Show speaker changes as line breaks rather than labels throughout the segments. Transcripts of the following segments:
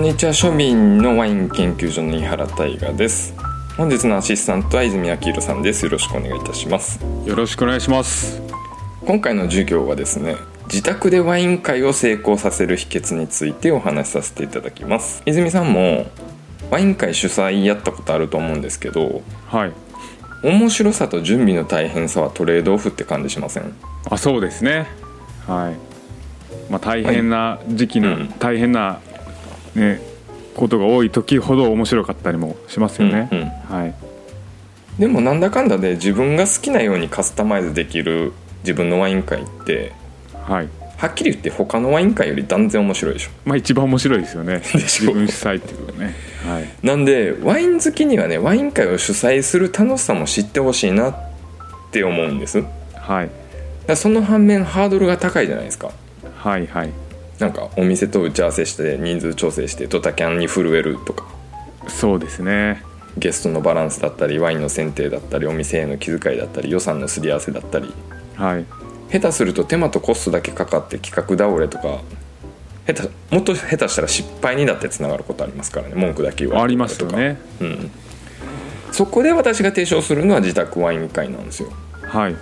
にちは庶民のワイン研究所の井原大賀です本日のアシスタントは泉明宏さんですよろしくお願いいたします
よろしくお願いします
今回の授業はですね自宅でワイン会を成功させる秘訣についてお話しさせていただきます泉さんもワイン会主催やったことあると思うんですけど
はい
面白さと準備の大変さはトレードオフって感じしません
あそうですねはいまあ大変な時期の、
うん
大変なねことが多い時ほど面白かったりもしますよね、
うんうん
はい
でもなんだかんだで自分が好きなようにカスタマイズできる自分のワイン会って
はい
はっきり言って他のワイン会より断然面白いでしょ
まあ一番面白いですよね
しょ
自分主催っていうことねはい
なんでワイン好きにはねワイン会を主催する楽しさも知ってほしいなって思うんですだか
はい
らその反面ハードルが高いじゃないですか
はいはい
なんかお店と打ち合わせして人数調整してドタキャンに震えるとか
そうですね
ゲストのバランスだったりワインの選定だったりお店への気遣いだったり予算のすり合わせだったり
はい
下手すると手間とコストだけかかって企画倒れとか下手もっと下手したら失敗にだってつながることありますからね文句だけ言わ
あ
れ
り
た
ま
り
す
と
よ
か
ね
うん、そこで私が提唱するのは自宅ワイン会なんですよ
はい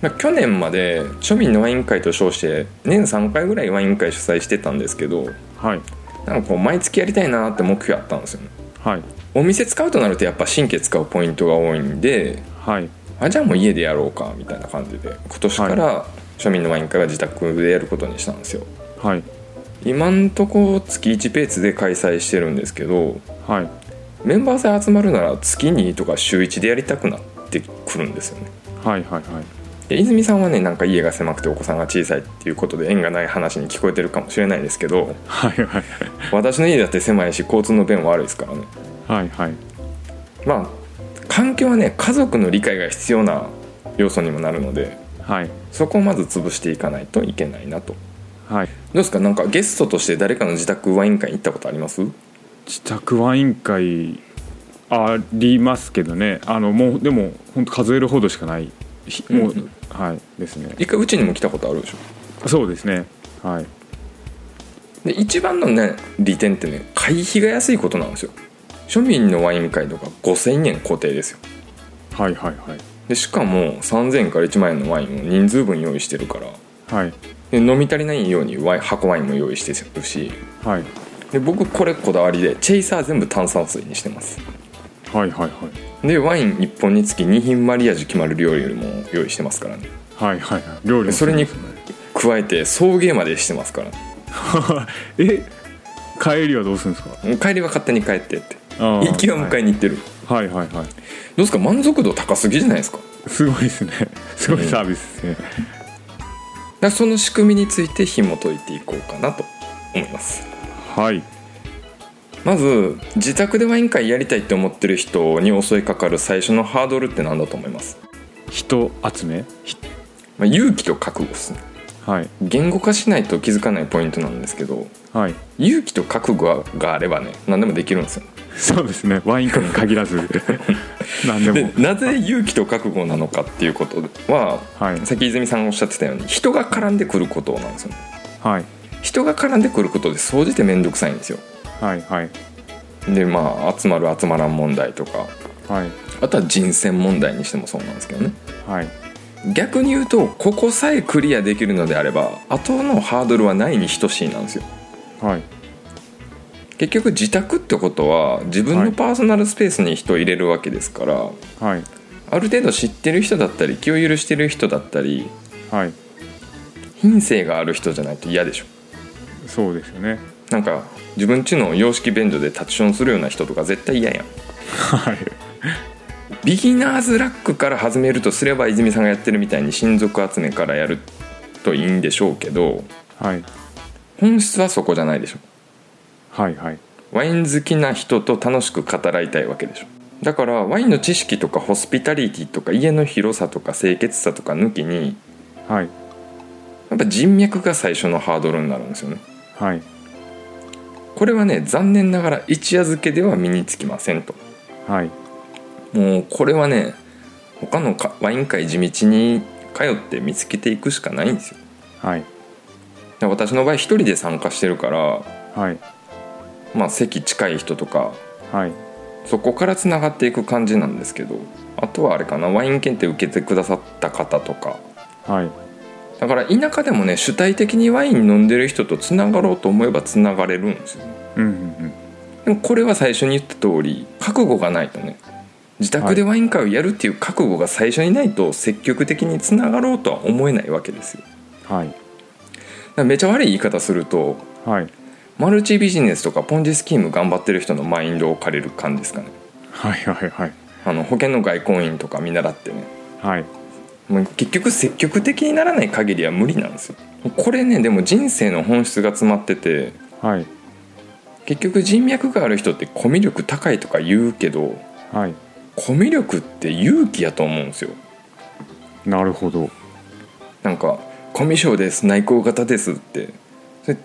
まあ去年まで庶民のワイン会と称して年3回ぐらいワイン会主催してたんですけど
はい
なんかこう毎月やりたいなって目標あったんですよね
はい
お店使うとなるとやっぱ神経使うポイントが多いんで
はい
あじゃあもう家でやろうかみたいな感じで今年から庶民のワイン会は自宅でやることにしたんですよ
はい
今んとこ月1ペースで開催してるんですけど
はい
メンバーさえ集まるなら月2とか週1でやりたくなってくるんですよね
はいはいはい
で泉さんはねなんか家が狭くてお子さんが小さいっていうことで縁がない話に聞こえてるかもしれないですけど
はいはい
私の家だって狭いし交通の便は悪いですからね
はいはい
まあ環境はね家族の理解が必要な要素にもなるので
はい
そこをまず潰していかないといけないなとど
はいう
ですかなんかゲストとして誰かの自宅ワイン会に行ったことあります
自宅ワイン会ありますけどねあのもうでも本当数えるほどしかないひもう、
うんう
はいですね
一回うちにも来たことあるでしょ
そうですねはい
で一番のね利点ってね会費が安いことなんですよ庶民のワイン会とか5000円固定ですよ
はいはいはい
でしかも3000円から1万円のワインを人数分用意してるから
はい
で飲み足りないようにワイン箱ワインも用意してるし
はい
で僕これこだわりでチェイサー全部炭酸水にしてます
はいはいはい
でワイン1本につき2品マリアージュ決まる料理よりも用意してますからね
はいはいはい料理
で
も
それに
そうですね
加えて送迎までしてますから
え帰りはどうするんですか
もう帰りは勝手に帰ってって
あー
行きは迎えに行ってる、ど
はいはいはいはいう
ですか満足度高すぎじゃないですか
すごいですねすごいサービスですね、
だからその仕組みについて紐解いていこうかなと思います
はい
まず自宅でワイン会やりたいって思ってる人に襲いかかる最初のハードルって何だと思います、
人集めひ
まあ、勇気と覚悟ですね
はい
言語化しないと気づかないポイントなんですけど
はい
勇気と覚悟があればね何でもできるんですよ
そうですねワイン会に限らず 何で
で
も
なぜ勇気と覚悟なのかっていうことは、
はい
さっき泉さんがおっしゃってたように人が絡んでくることなんですよね
はい
人が絡んでくることで総じて面倒くさいんですよ
はいはい
でまあ集まる集まらん問題とか
はい
あとは人選問題にしてもそうなんですけどね
はい
逆に言うとここさえクリアできるのであれば後のハードルはないに等しいなんですよ
はい
結局自宅ってことは自分
は
の
い
パーソナルスペースに人を入れるわけですから、
はい
ある程度知ってる人だったり気を許してる人だったり
はい
品性がある人じゃないと嫌でしょ
そうですよね
なんか自分ちの洋式便所でタッチションするような人とか絶対嫌やん
はい
ビギナーズラックから始めるとすれば泉さんがやってるみたいに親族集めからやるといいんでしょうけど
はい
本質はそこじゃないでしょ
はいはい
ワイン好きな人と楽しく語らいたいわけでしょだからワインの知識とかホスピタリティとか家の広さとか清潔さとか抜きに
はい
やっぱ人脈が最初のハードルになるんですよね
はい
これはね残念ながら一夜漬けでは身につきませんと
はい
もうこれはね他のかワイン会地道に通って見つけていくしかないんですよ
はい
で私の場合一人で参加してるから
はい
まあ、席近い人とか
はい
そこからつながっていく感じなんですけどあとはあれかなワイン検定受けてくださった方とか
はい
だから田舎でもね主体的にワイン飲んでる人とつながろうと思えばつながれるんですよ
うんうん
でもこれは最初に言った通り覚悟がないとね自宅でワイン会をやるっていう覚悟が最初にないと積極的につながろうとは思えないわけですよだか
うんはい
らめちゃ悪い言い方すると
はい
マルチビジネスとかポンジスキーム頑張ってる人のマインドを借りる感じですかね
はいはいはい
あの保険の外交員とか見習ってね
はい
もう結局積極的にならない限りは無理なんですよこれねでも人生の本質が詰まってて
はい
結局人脈がある人ってコミュ力高いとか言うけど
はい
コミュ力って勇気やと思うんですよ
なるほど
なんか「コミュ障です内向型です」ってそれ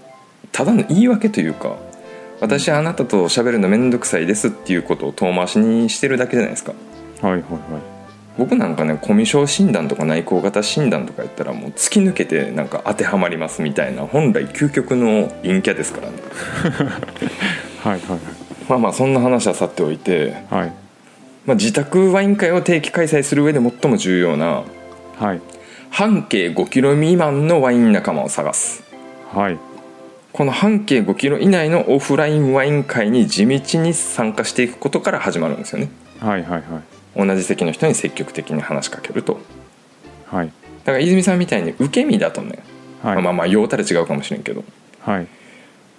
ただの言い訳というか「私あなたと喋るの面倒くさいです」っていうことを遠回しにしてるだけじゃないですか
はいはいは
僕なんかねコミュ障診断とか内向型診断とかやったらもう突き抜けてなんか当てはまりますみたいな本来究極の陰キャですからね
いはいはい
まあまあそんな話はさておいて、
はい
まあ、自宅ワイン会を定期開催する上で最も重要な
はい
半径5キロ未満のワイン仲間を探す
はい
この半径5キロ以内のオフラインワイン会に地道に参加していくことから始まるんですよね
はいはいはい
同じ席の人に積極的に話しかけると
はい
だから泉さんみたいに受け身だとね、
はい
まあまあ用たら違うかもしれんけど
はい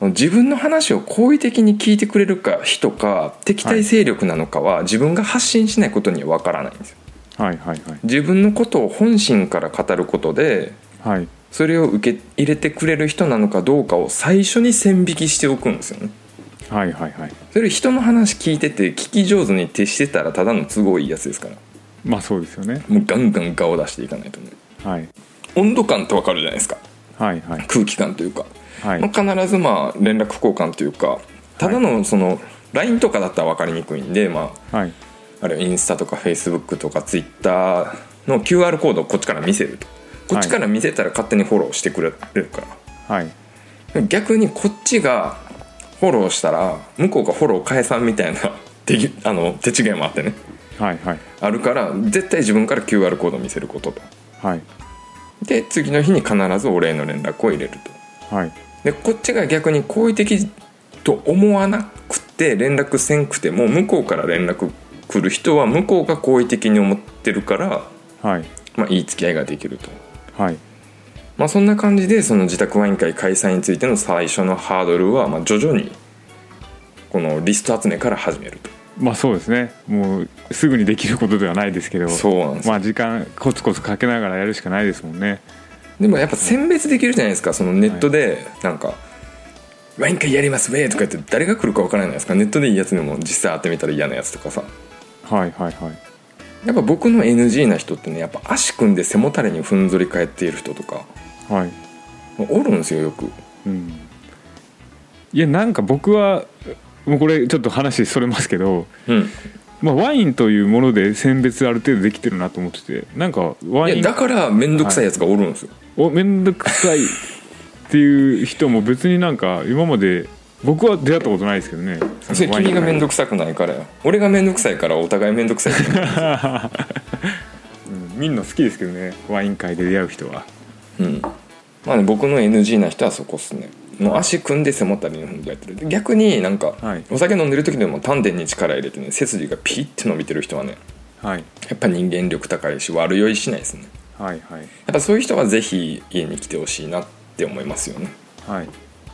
自分の話を好意的に聞いてくれるか人か敵対勢力なのかは自分が発信しないことには分からないんですよ
はいはいはい
自分のことを本心から語ることで
はい
それを受け入れてくれる人なのかどうかを最初に線引きしておくんですよね
はいはいはい
それ人の話聞いてて聞き上手に徹してたらただの都合いいやつですから
まあそうですよね
もうガンガン顔出していかないとね
はい
温度感ってわかるじゃないですか
はいはい
空気感というか、
はい
まあ必ずまあ連絡交換というかただのその LINE とかだったら分かりにくいんでまあ
はい
あれインスタとか Facebook とか Twitter の QR コードをこっちから見せるとこっちから見せたら勝手にフォローしてくれるから、
はい
逆にこっちがフォローしたら向こうがフォロー返さんみたいな 手ぎあの手違いもあってね
はいはい
あるから絶対自分から QR コードを見せることと
はい
で次の日に必ずお礼の連絡を入れると
はい
でこっちが逆に好意的と思わなくて連絡せんくても向こうから連絡来る人は向こうが好意的に思ってるから、
はい
まあ、いい付き合いができると、
はい
まあ、そんな感じでその自宅ワイン会開催についての最初のハードルはまあ徐々にこのリスト集めから始めると
まあそうですねもうすぐにできることではないですけど
そうなんですよ
まあ時間コツコツかけながらやるしかないですもんね
でもやっぱ選別できるじゃないですかそのネットでなんか「ワイン会やりますウェイ!」とか言って誰が来るか分からないじゃないですかネットでいいやつでも実際会ってみたら嫌なやつとかさ
はいはいはい
やっぱ僕の NG な人ってねやっぱ足組んで背もたれにふんぞり返っている人とか
はい
おるんですよよく
うんいやなんか僕はもうこれちょっと話それますけど、
うん
まあ、ワインというもので選別ある程度できてるなと思っててなんかワ
い
イ
や
ン
だから面倒くさいやつがおるんですよ、
お面倒くさいっていう人も別になんか今まで僕は出会ったことないですけどね
それ
のワイン
君が面倒くさくないからよ俺が面倒くさいからお互い面倒くさいって
うんみんな好きですけどねワイン会で出会う人は
うんまあね僕の NG な人はそこっすねもう足組んで背もたれにふんぞり返ってる逆になんか、
はい
お酒飲んでる時でも丹田に力入れてね背筋がピッて伸びてる人はね
はい
やっぱ人間力高いし悪酔いしないですね
はいはい
やっぱそういう人はぜひ家に来てほしいなって思いますよね
はい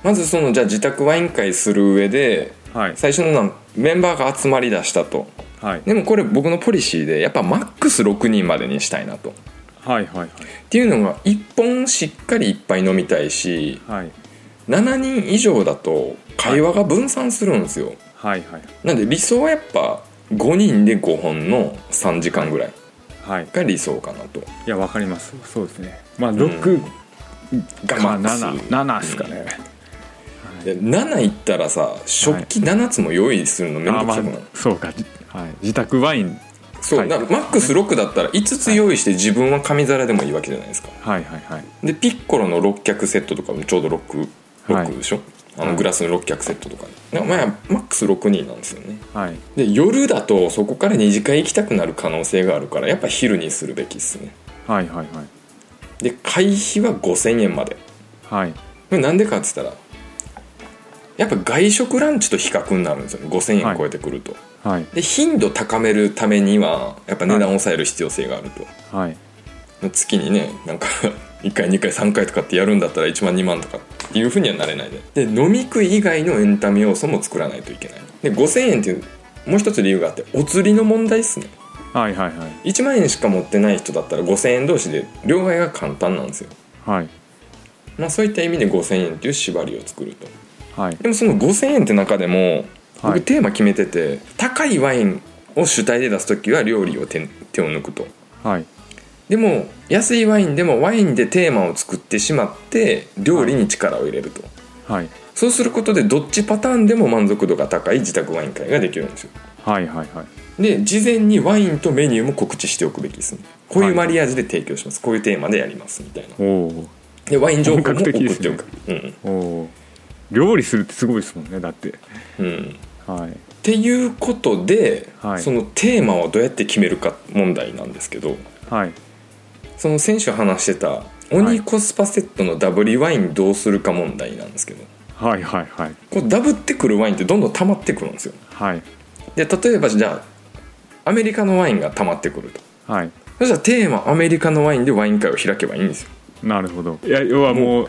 まずそのじゃあ自宅ワイン会する上で
はい
最初のなんメンバーが集まりだしたと
はい
でもこれ僕のポリシーでやっぱマックス6人までにしたいなとっ
はいはい
ていうのが1本しっかりいっぱい飲みたいし
はい
7人以上だと会話が分散するんですよ
はいはい
なんで理想はやっぱ5人で5本の3時間ぐらい
はい
が理想かなと
いやわかりますそうですねまあ
ん
6
が
か
マックス
77ですかね
で7いったらさ食器7つも用意するのめんど
あ
く
ま
さ
あ
くない、
そうかじはい自宅ワイン
そう、
はい
だからマックス6だったら5つ用意して自分は紙皿でもいいわけじゃないですか
はいはいはい
でピッコロの6脚セットとかもちょうど6 6でしょ、あ
は
の
い
グラスの6脚セットとかで、まあ、マックス6人なんですよね
はい
で夜だとそこから2次会行きたくなる可能性があるからやっぱ昼にするべきっすね
はいはいはい
で会費は5000円まで
はい
これなんでかっつったらやっぱ外食ランチと比較になるんですよね5000
は
円
い
超えてくると、
はい
で頻度高めるためにはやっぱ値段を抑える必要性があると、
はい
月にねなんか 1回2回3回とかってやるんだったら1万2万とかっていうふうにはなれないでで飲み食い以外のエンタメ要素も作らないといけないで5000円っていうもう一つ理由があってお釣りの問題っすね
はいはいはい
1万円しか持ってない人だったら5000円同士で両替が簡単なんですよ
はい
まあそういった意味で5000円っていう縛りを作ると
はい
でもその5,000円って中でも
は
僕
い
テーマ決めてて、高いワインを主体で出す時は料理を手手を抜くと
はい
でも安いワインでもワインでテーマを作ってしまって料理に力を入れると、
はい
そうすることでどっちパターンでも満足度が高い自宅ワイン会ができるんですよ
はいはいはい
で事前にワインとメニューも告知しておくべきですねこういうマリアージュで提供しますこういうテーマでやりますみたいな
おお
でワイン情報も送ってお
本格的
く、
おお料理するってすごいですもんねだって
うんうん
はい
っていうことで、
はい
そのテーマをどうやって決めるか問題なんですけど
はい
その先週話してた鬼コスパセットのダブリワインどうするか問題なんですけど
はいはいはい
こうダブってくるワインってどんどん溜まってくるんですよ
はい
で例えばじゃあアメリカのワインが溜まってくると
はい
そしたらテーマアメリカのワインでワイン会を開けばいいんですよ
なるほどいや要はもう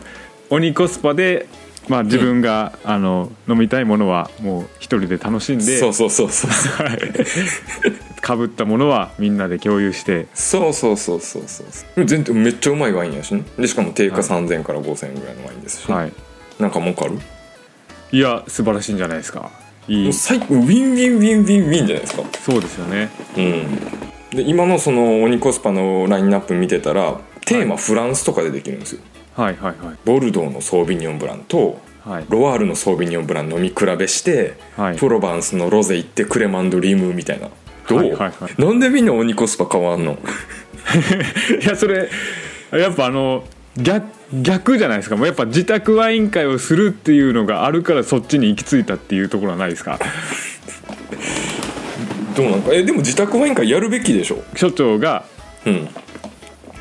鬼コスパで、まあ、自分が、あの飲みたいものはもう一人で楽しんで
そうそうそうそうそう
かぶったものはみんなで共有して
そうそうそうそうそう全然めっちゃうまいワインやしねでしかも定価3000から5000円ぐらいのワインですしね、
はい
なんか儲かるも
いや素晴らしいんじゃないですかいうい
最ウィンウィンウィンウィンウィンじゃないですか
そうですよね
うん、で今のその鬼コスパのラインナップ見てたらテーマフランスとかでできるんですよ、
はいはいはい
ボルドーのソービニョンブランと
はい
ロワールのソービニョンブラン飲み比べして、
はい
プロバンスのロゼ行ってクレマンドリームみたいなどう、
はいはいは
なんでみんな鬼コスパ変わんの
いやそれやっぱあの逆逆じゃないですかもうやっぱ自宅ワイン会をするっていうのがあるからそっちに行き着いたっていうところはないですか
どうなんかえでも自宅ワイン会やるべきでしょ
所長が、
うん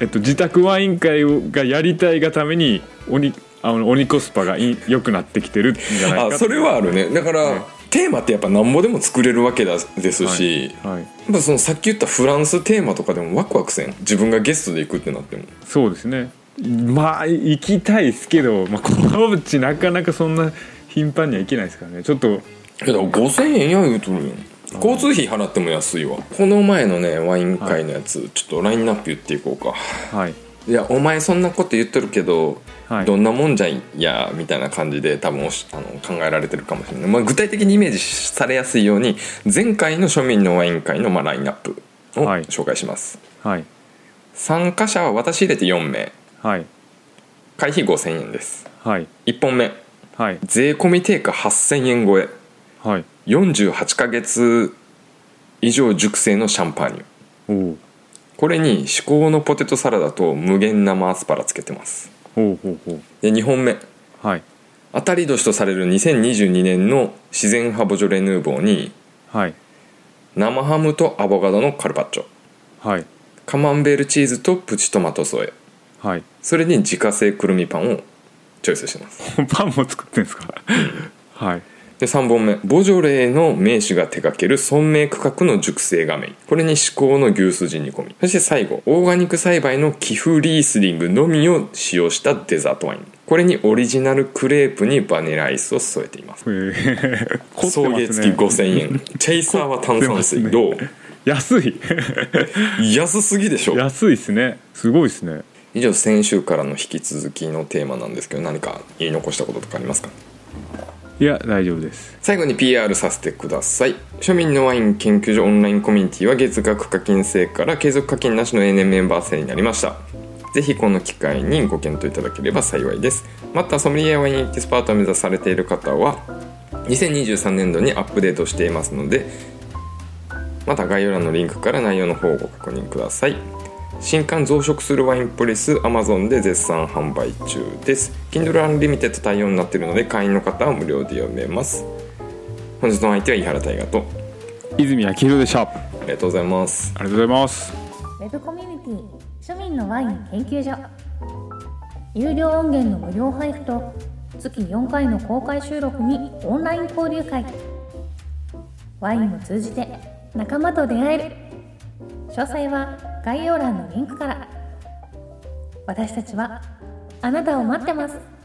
えっと、自宅ワイン会をがやりたいがために鬼あの鬼コスパがい良くなってきてるんじゃないか
あ
と
それはあるねだから、テーマってやっぱなんぼでも作れるわけだです
はい
し、
は
や
い、
っぱそのさっき言ったフランステーマとかでもワクワクせん自分がゲストで行くってなっても
そうですねまあ行きたいですけど、まあ、このうちなかなかそんな頻繁には行けないですからねちょっと
いやだから5000円や言うとるよ交通費払っても安いわこの前のねワイン会のやつ、ちょっとラインナップ言っていこうか
はい
いやお前そんなこと言っとるけど、
はい
どんなもんじゃいやみたいな感じで多分おしあの考えられてるかもしれない、まあ、具体的にイメージされやすいように前回の庶民のワイン会のまあラインナップを
はい
紹介します、
はい
参加者は私入れて4名
はい
会費5000円です
はい
1本目
はい
税込み定価8000円超え
はい
48ヶ月以上熟成のシャンパーニュ
おう
これに至高のポテトサラダと無限生アスパラつけてます
ほうほうほ
で2本目
うはい
当たり年とされる2022年の自然派ボジョレ・ヌーボーに
はい
生ハムとアボカドのカルパッチョ
はい
カマンベールチーズとプチトマト添え
はい
それに自家製くるみパンをチョイスしてます
パンも作ってんですかはい
で3本目ボジョレーの名手が手掛ける村名区画の熟成画面これに至高の牛すじ煮込みそして最後オーガニック栽培のキフリースリングのみを使用したデザートワインこれにオリジナルクレープにバニラアイスを添えています
えー凝っ
送
てますね
迎付き5000円チェイサーは炭酸水、
凝って
ど
ま
う
安い
安すぎでしょ
安いですねすごいですね
以上先週からの引き続きのテーマなんですけど何か言い残したこととかありますか
いや大丈夫です
最後に PR させてください庶民のワイン研究所オンラインコミュニティは月額課金制から継続課金なしの ANN メンバー制になりましたぜひこの機会にご検討いただければ幸いですまたソムリエワインエキスパートを目指されている方は2023年度にアップデートしていますのでまた概要欄のリンクから内容の方をご確認ください新刊増殖するワインプレス Amazon で絶賛販売中です Kindle Unlimited 対応になっているので会員の方は無料で読めます本日のお相手は井原大河と
泉明宏でしたあ
ありがとうございます
りがとうございます
ウェブコミュニティ庶民のワイン研究所有料音源の無料配布と月4回の公開収録にオンライン交流会ワインを通じて仲間と出会える詳細は概要欄のリンクから私たちはあなたを待ってます